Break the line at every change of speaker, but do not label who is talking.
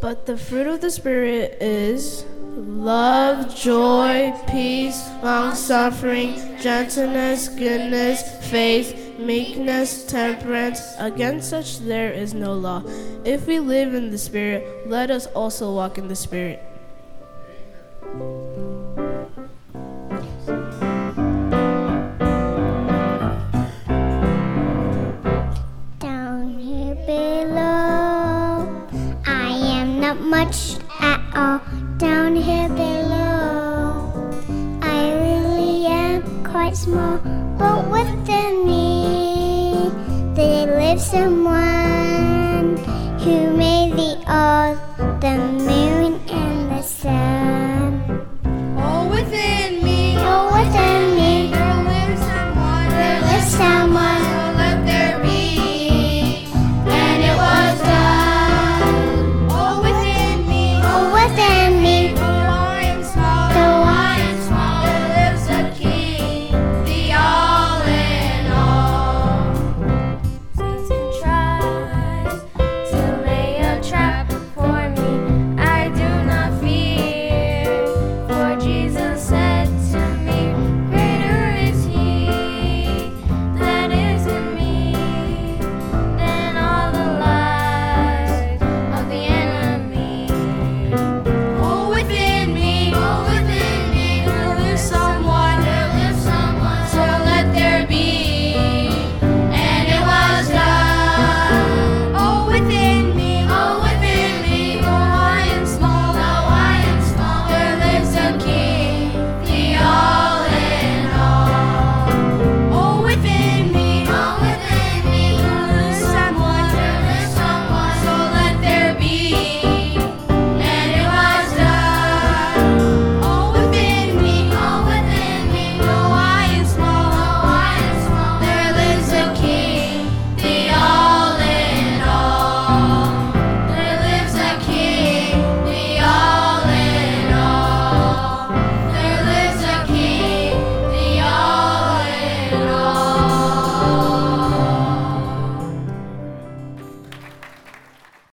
But the fruit of the Spirit is love, joy, peace, long suffering, gentleness, goodness, faith, meekness, temperance. Against such there is no law. If we live in the Spirit, let us also walk in the Spirit.
Down here below, I am not much at all. Down here below, I really am quite small. But within me, there lives someone who made.